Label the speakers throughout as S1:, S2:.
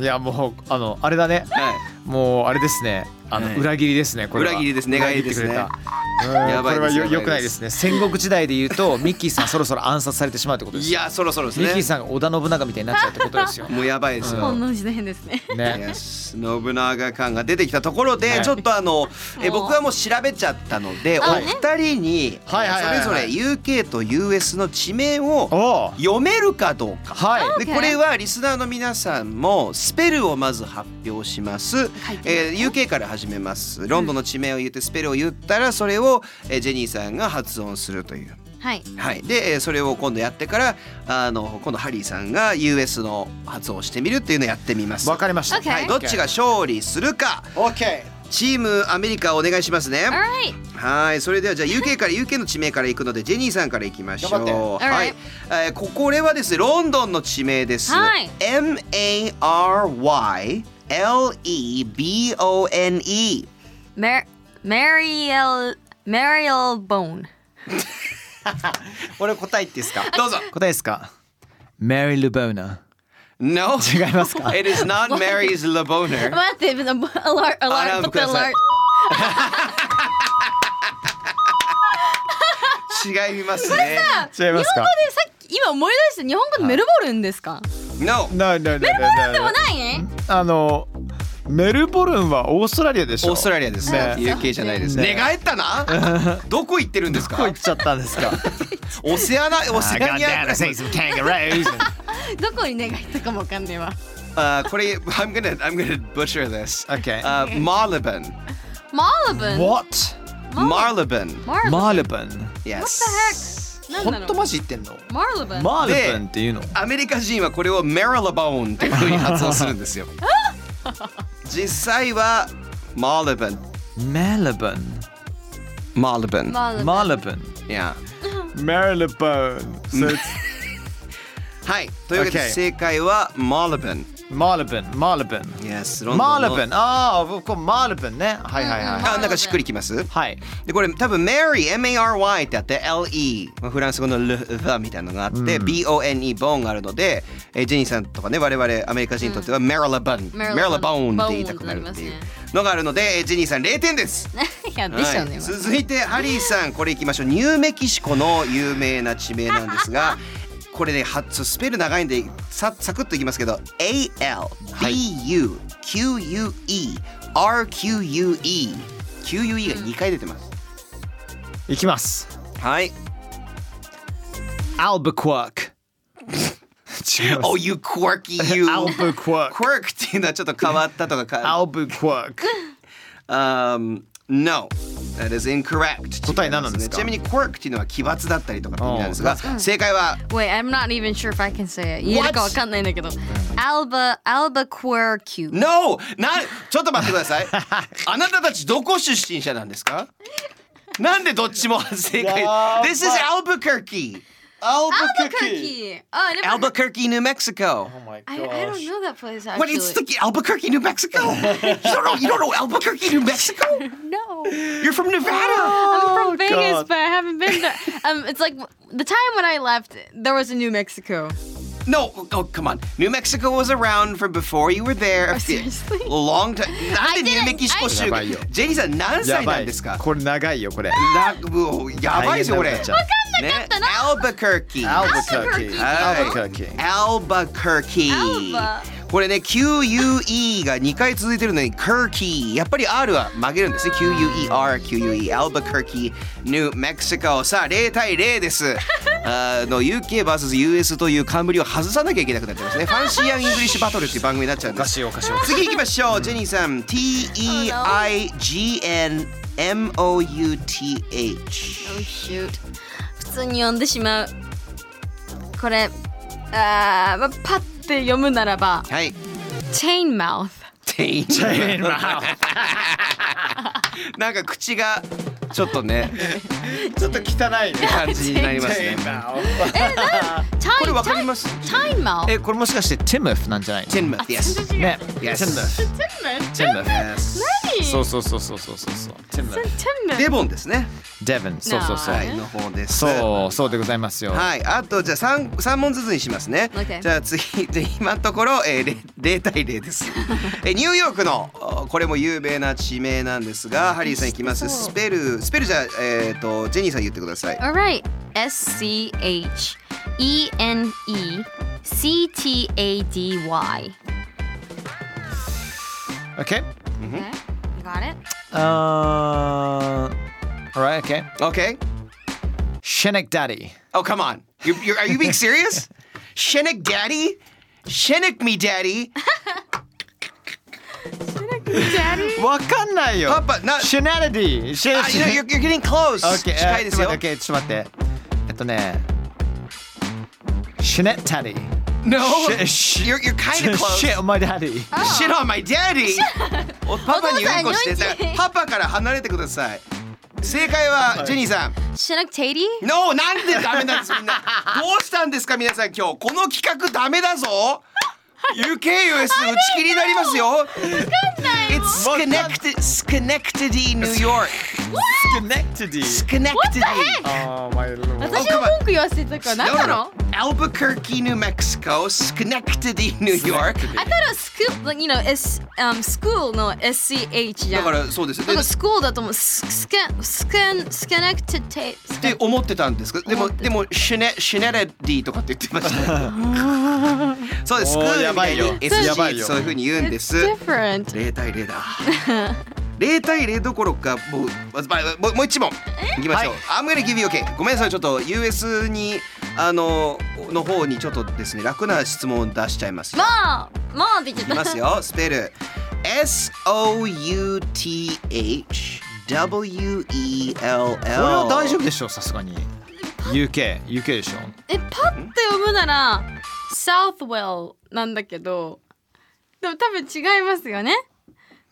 S1: いやもうあのあれだね
S2: はい
S1: もうあれですね。あの、
S2: はい
S1: 裏切りですね。これは
S2: 裏切りです寝返りですね
S1: 裏切ってくれた。や
S2: やばいです
S1: これはよ
S2: やばいです
S1: 良くないですね。戦国時代で言う とミッキーさんそろそろ暗殺されてしまうってことです。
S2: いやそろそろです
S1: ミッキ
S2: ね
S1: ーさんが織田信長みたいになっちゃうってこと ですよ。
S2: もうやばいですよ
S3: 本能寺変ですね。
S1: ね。
S2: Yes 信長感が出てきたところで、
S1: はい
S2: ちょっとあのえ
S3: もう
S2: 僕はもう調べちゃったので、お
S3: あね
S2: 二人に、
S1: はいはいはいはい
S2: それぞれ UK と US の地名を
S1: おお。
S2: 読めるかどうか。
S1: はい。
S2: で
S3: OK
S2: これはリスナーの皆さんもスペルをまず発表します、えー UK から始めますロンドンの地名を言ってスペルを言ったらそれを、えージェニーさんが発音するという
S3: はい。
S2: はい、でえーそれを今度やってからあの今度ハリーさんが US の発音をしてみるっていうのをやってみます。
S1: わかりました。
S3: OK
S2: はい、どっちが勝利するか
S1: OK。
S2: チームアメリカお願いしますね
S3: Alright.
S2: はいそれではじゃあ UK から UK の地名から行くのでジェニーさんから行きましょ
S1: 頑張
S2: うはい、えーここれはですねロンドンの地名です、
S3: はい
S2: MARYLEBONE
S3: Mar- Mariel Mariel Bone。
S1: 俺答え言っていいですか。
S2: どうぞ
S1: 答えですか。Mary l u b o n a
S2: No
S1: 違いますか。
S2: It is not Mary's Laboner
S3: 待って、アラート、ア
S2: アラームください違いますね
S1: 違いますか。
S3: さっき今思い出して日本語でメルボルンですか
S2: No
S1: No no no no no, no.
S3: ない
S1: あのメルボルンはオーストラリアでしょ。
S2: オーストラリアですね UK じゃないですね
S1: ね
S2: 寝返った などこ行ってるんです
S1: どこ
S2: か
S1: 行っちゃったん です か。
S2: オセアナ、オセアニア。
S1: some kangaroos.
S3: どこに願いたかもわかんねえわ。
S2: あこれ、I'm gonna, I'm gonna butcher this.
S1: Okay.
S2: あ Marleben.
S3: マールブン
S1: What?
S2: Marleben.
S3: マールブン
S1: マールブン。
S2: Yes.
S3: なんだろう
S1: 本当マジ言ってんの？
S3: マールブン
S1: マー
S2: ル
S1: ル
S2: ブ
S1: ブン
S2: ン
S1: っ
S2: って
S1: いうの？
S2: アメリカ人はこれを Marylebone っていうふうに発音するんですよ。実際は Marleben。
S1: マールブン。
S2: Marleben。
S3: マールブン
S1: マールブン。
S2: Yeah.
S4: Marylebone. So it's
S2: はいというわけで
S1: Okay.
S2: 正解は Marylebone
S1: Marylebone, Marylebone.
S2: Yes ロンドンの
S1: Marylebone. ああ、こう Marylebone ね。はいはいはい。
S2: あなんかしっくりきます
S1: はい。
S2: でこれ多分 Mary M-A-R-Y ってあって L-E まあフランス語のルファみたいなのがあって、B-O-N-E ボーンがあるので、えージェニーさんとかね我々アメリカ人にとってはメララボンメララボンって言いたくなるっていうのがあるので、えージェニーさん0点です
S3: いやでしょうね、
S2: はい、続いてハリーさんこれいきましょうニューメキシコの有名な地名なんです がこれで、ね、発スペル長いんでさサクッといきますけど ALBUQUERQUE QUE が2回出てます
S1: いきます。
S2: はい
S1: Albuquerque. 違います
S2: Oh you quirky you
S1: Albuquerque.
S2: quirk っていうのはちょっと変わったとかか
S1: Albuquerque.
S2: um, No That is incorrect
S1: 答え何なんですか
S2: ちなみに quirk っていうのは奇抜だったりとかって意味なんですが正解は
S3: Wait, I'm not even sure if I can say it. 言えるかわかんないんだけど。Alba, Alba Quirq.
S2: No! な、ちょっと待ってくだ さい。あなたたちどこ出身者なんですかなんでどっちも正解 ?This is Albuquerque!
S3: Albuquerque. Oh, I never.
S2: Albuquerque, New Mexico!
S1: Oh
S3: I, I don't know that place actually.
S2: What, it's the Albuquerque, New Mexico? you, don't know, you don't know Albuquerque, New Mexico?
S3: No.
S2: You're from Nevada!
S3: I'm from Vegas, but I haven't been there. Um, it's like the time when I left, there was a New Mexico.
S2: No, oh, come on. New Mexico was around from before you were there.
S3: Oh, seriously?
S2: Long time. なんでニュー
S3: didn't-
S2: メキシコ州
S1: や
S2: が
S1: ばい
S2: ジ
S1: よ
S2: ェリーさん何歳
S1: や
S2: な
S1: ば
S2: ん
S1: い
S2: ですか
S1: これ長いよこれ。
S2: なもうやばいですよこれ。
S1: 大変になっちゃうわ
S2: ね、アルバカーキー。
S1: Albuquerque.
S2: はい
S1: Albuquerque.
S2: アルバカーキー
S3: Alba。
S2: これね QUE が2回続いてるのに Kirky やっぱり R は曲げるんですね QUERQUE アルバカーキー New Mexico さあ0対0ですあの UKVSUS という冠を外さなきゃいけなくなっちゃいますねファンシーアンイングリッシュバトルっていう番組になっちゃうん
S1: お
S2: で
S1: か
S2: す
S1: しいおかしいおかしい。
S2: 次行きましょうジェニーさん TEIGNMOUTH
S3: Oh shoot. 普通に読んでしまう。これ、あーまあパッて読むならば、
S2: はい
S3: Chain Mouth。
S2: Chain mouth なんか口がちょっとね
S1: ちょっと汚いね。
S2: 感じになりますね
S3: Chain
S2: これわかります
S3: Chain Chain Mouth。
S1: えこれもしかしてティムフなんじゃない？
S2: Tin mouth yes
S1: ね。テ
S2: Yes
S1: ィムフ。ティムフ。そうそうそうそうそうそうそう。ティムフ。
S2: デボンですね
S1: デヴン。そうそうそう。
S2: はいの方です
S1: そうそうでございますよ。
S2: はいあとじゃあ三三問ずつにしますね
S3: Okay
S2: じゃあ次で今のところえーれ0対0です えニューヨークのおこれも有名な地名なんですがハリーさんいきますスペルスペルじゃあえっとジェニーさん言ってください
S3: All right. S C H E N E C T A D Y.
S1: Okay.
S4: Mm-hmm.
S3: Okay. You got it?
S1: Uh. All right. Okay.
S2: OK
S1: Shinnick Daddy.
S2: Oh, come on. You're, you're, are you being serious? Shinnick daddy? Shinnick me daddy?
S1: わかんないよ。
S2: パパな
S1: Shenanity. Sh-
S2: Ah, you know, you're, you're getting close.
S1: Okay.
S2: 近い
S1: え
S2: で
S1: ち
S2: す
S1: ょっと
S2: よ。
S1: 待って okay ちょっと待って。えっとね。Shinnet Daddy.
S2: No.
S1: Sh- sh-
S2: you're, you're kind of close.
S1: Shit on my daddy.
S2: Shit on my daddy. おパパにうんこして
S3: お父さん
S2: た。パパから離れてください。正解はジェニーさん。
S3: Chinook Tatey?
S2: No! なんでダメなんですみんな。どうしたんですか皆さん今日。この企画ダメだ ぞ !UKUS 打ち切りになりますよわかんない It's connected, Schenectady, New York.
S1: Schenectady.
S2: Schenectady.
S4: oh my lord.
S3: 私が文句言わせてたから何だろう
S2: Albuquerque, New Mexico, Schenectady, New York.
S3: I thought it was scoop, like, you know, S, um, school の SCH じゃ
S2: だ
S3: ん。
S2: からそうですよ。
S3: なん
S2: で
S3: か school だと思う。ススケン、スケン、スケネクテテ、ス
S2: って思ってたんですけど、でも
S3: 思ってた
S2: でもシュネシュネレディとかって言ってま した。そうです。ス
S4: お
S2: ク
S4: ー
S2: ール
S4: やばいよ
S2: みたに
S4: やば
S2: SG
S4: いよ
S2: そういう風に言うんです。
S3: different.
S2: 0対0だ。0対0どころかもうまずまもうもう一問いきましょう。I'm gonna give you okay。ごめんなさいちょっと US にあのの方にちょっとですね楽な質問を出しちゃいます。
S3: もう、もうでき
S2: いきま
S3: た。
S2: すよ、スペル。
S1: これ
S2: S-O-U-T-H-W-E-L-L これ
S1: は大丈夫でしょうさすがに。UK UK でしょ。
S3: え、パッて読むなら、Southwell なんだけど、でも多分違いますよね。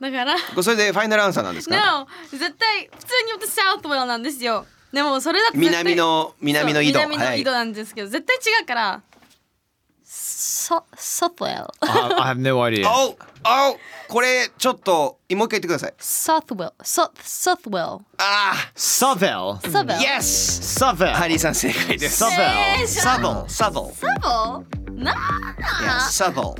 S3: だから、
S2: 夫それでファイナルアンサーなんですか
S3: No! 絶対、普通に読むと Southwell なんですよ。でもそれだって絶対
S2: 南の南の井戸
S3: そう南の井戸
S2: はい
S3: なんですけど、絶対違うからそソフウェル
S1: I, I have no idea.
S2: おおこれちょっともう一回言ってください
S3: ソフウェルソソフウェル
S2: あ
S1: Sovel.
S3: ソフウェ
S2: あ
S3: ル
S2: Yes ハ
S1: Sovel.
S2: リーさん正解です
S1: サ
S3: えー
S1: Sovel.
S3: じゃあ
S2: Saddle Saddle
S3: ソフな
S2: Yes Saddle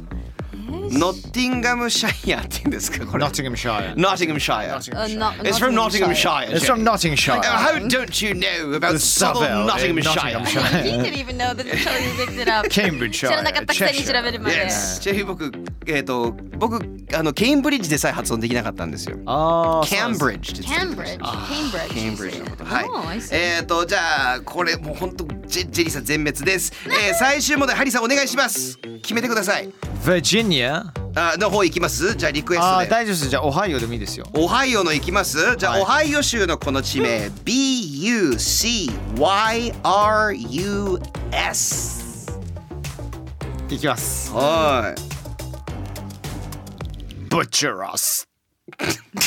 S2: ノッティンガムシャイアって言うんですかこれ
S1: Nottinghamshire.
S2: Nottinghamshire
S3: Uh, not-
S2: It's from Nottinghamshire
S1: It's from Nottinghamshire.
S2: Uh, How don't you know about
S1: The
S2: Saddle
S1: Sovel in
S2: Nottinghamshire
S3: He didn't even know that until you picked it up 知
S1: Cambridgeshire.
S3: らなかったくせに調
S1: Cheshire.
S3: べるまで
S2: Yes ちなみに僕えっと僕あのケインブリッジでさえ発音できなかったんですよ
S1: Oh,
S2: ケンブリッジって言ってた
S3: Cambridge Cambridge
S2: ケンブリッジのこと。はい
S3: Oh, I。see.
S2: えっ、ー、とじゃあこれもう本当ジェジェリーさん全滅です。えー、最終問題ハリーさんお願いします。決めてください。
S1: Virginia. Ah,
S2: あの方行きます。じゃあリクエス
S1: ああ
S2: トで。
S1: 大丈夫です。じゃあオハイオでもいいですよ。
S2: オハイオの行きます。じゃあ、
S1: はい
S2: オハイオ州のこの地名 B U C Y R U S。
S1: いきます。
S2: はい。
S1: Butcher us.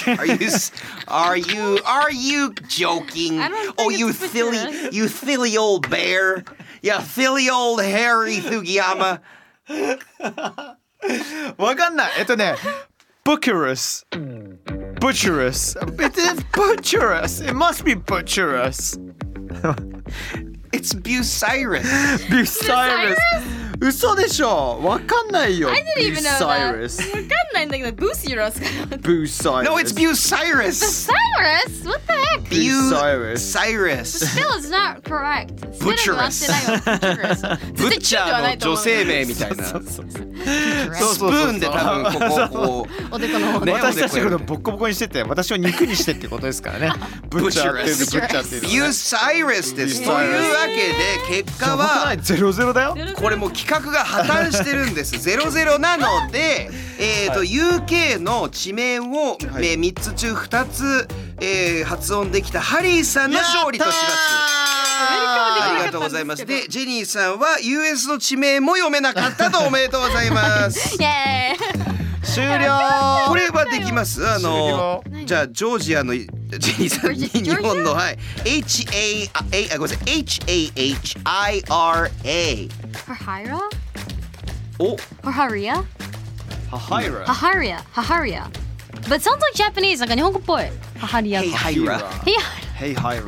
S2: Are you s- are you are you joking?
S3: I don't
S2: Oh,
S3: think
S2: you
S3: it's
S2: silly,
S3: ridiculous.
S2: you silly old bear. Yeah, silly old hairy Sugiyama.
S1: わかんない。えっとね、Bucharus. Butcherus. It is butcherus. It must be butcherus.
S2: It's Bucyrus.
S1: Bucyrus. 嘘でしょ。わかんないよ。
S3: I didn't even know that わ
S1: Bucyrus.
S3: かんないんだけどブーシーロスか
S1: Bucyrus.
S2: No, it's Bucyrus.
S3: Cyrus What the heck
S1: Bucyrus.
S2: Cyrus.
S3: Still is not correct スペルが合ってないわ Butcherous
S2: ブッ
S3: 絶
S2: チ
S3: 対
S2: ャ
S3: 9ではな
S2: ー
S3: い
S2: の
S3: と
S2: 女
S3: 思う
S2: 性名みたいな。ス
S1: そう
S2: プ
S1: そうそうそう
S2: ーンで多分こここ
S3: おでこの方
S2: ね
S1: 私たちのことボッコボコにしてて、私を肉にしてってことです からね。ブッチャーっていうの、ブッチャーって
S2: う。
S1: いうのね。
S2: Bucyrus です。というわけで結果
S1: やばくな。
S2: はい
S1: ゼロゼロだよ。
S2: これもう企画が破綻してるん です。ゼロゼロなので、えっ、と、UK の地名を、えー、三つ中二つ、えー、発音できたハリーさんの勝利とします。
S3: アメリカはできなかったん
S2: あり
S3: ですけど
S2: がとうございます。で、ジェニーさんは US の地名も読めなかったとおめでとうございます。
S3: イエーイ
S1: 終了。
S2: これはできます。あのじゃあジョージアのジェニーさんに
S3: ジョージ
S2: 日本のはい H A あえあごめんなさい H A H I R A
S3: ハハイラ
S2: お
S3: ハハリア
S1: ハハイラ
S3: ハ。ハリアハハリア But sounds like Japanese なんか日本語っぽいハハリア
S2: Hey
S3: い
S2: Hira。
S3: や
S1: Hey Hira.
S3: あもう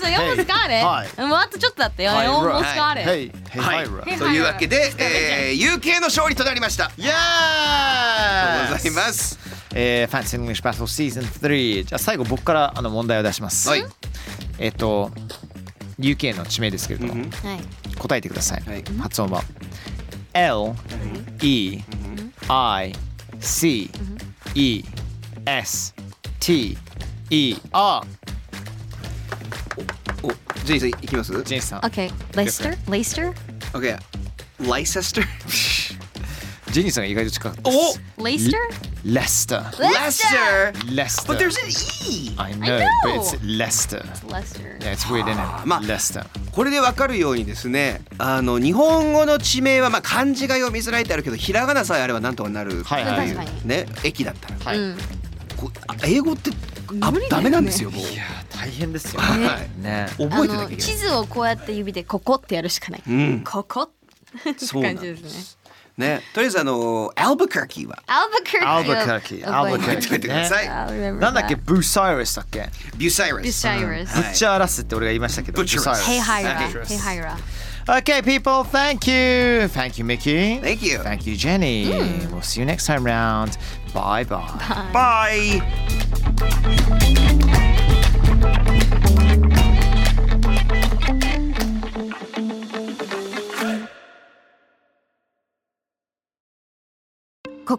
S3: それ Oh, almost got it
S1: はい
S3: もうあとちょっとだったよ
S1: Hira
S3: almost got it
S1: Hey, hey
S2: はい
S1: Hira.
S2: というわけで、えー、UK の勝利となりました。あり
S1: Yes!
S2: がとうございます。
S1: えー、Fancy English Battle Season 3。じゃあ最後僕からあの問題を出します。
S2: はい。
S1: えっ、と、UK の地名ですけれども、
S3: はい
S1: 答えてください。
S2: はい
S1: 発音は。L, E, I, C, E, S, T, E, R。
S2: おジェニーさんいきます
S1: ジェイさん。
S3: Okay Leicester Leicester
S2: ？OK。ライセスタ ー。
S1: ジェニーさんが意外と近かったです。
S2: お
S3: Leicester
S1: レスター。
S2: ラスター。
S1: レスタ
S2: But there's
S1: ー。
S2: an E.
S1: I know,
S3: know.
S1: but it's Leicester.
S3: Leicester
S1: Yeah, it's weird, isn't it?
S2: まあ
S1: Leicester.
S2: これでわかるようにですね、あの日本語の地名はまあ漢字が読みづらいってあるけど、ひらがなさえあればなんとかなる。
S1: はいはい
S3: 確かに
S2: ね、駅だったら。
S1: はい。い
S2: こあ英語ってあ
S3: 無理だ
S2: ダ
S3: よね
S2: メなんですよ。もう
S1: やー、大変ですよ。
S2: はい
S1: ね。
S2: 覚
S3: あ
S2: えてな
S3: の
S2: きゃいけ
S3: 地図をこうやって指でここってやるしかない
S2: ない。うん。
S3: ここって
S2: そうなん
S3: 感
S2: です
S3: じですね
S2: ね、とりあえずあのアルバカーキーは
S3: アルバカ
S1: ア
S3: ー
S1: ル
S3: キ
S1: バカーキー。ア
S3: 覚え
S1: ルバカーキ
S2: 覚えておい
S3: てない
S1: ー、
S2: てくださ
S1: ね。
S2: い。
S1: なんだっけ、ブーサイレスだっけ。
S2: ビューサイラス。
S3: Bucyrus
S1: ブッチャーラスって俺が言いましたけど。
S2: Butcherous
S1: ブッチャーラス
S3: Hey Hira
S2: Bucyrus.
S3: Hey Hira
S1: Okay, people, thank you. Thank you, Mickey.
S2: Thank you. Hmm.
S1: Thank you, Jenny. We'll see you next time round. Bye bye.
S2: Bye.
S5: こ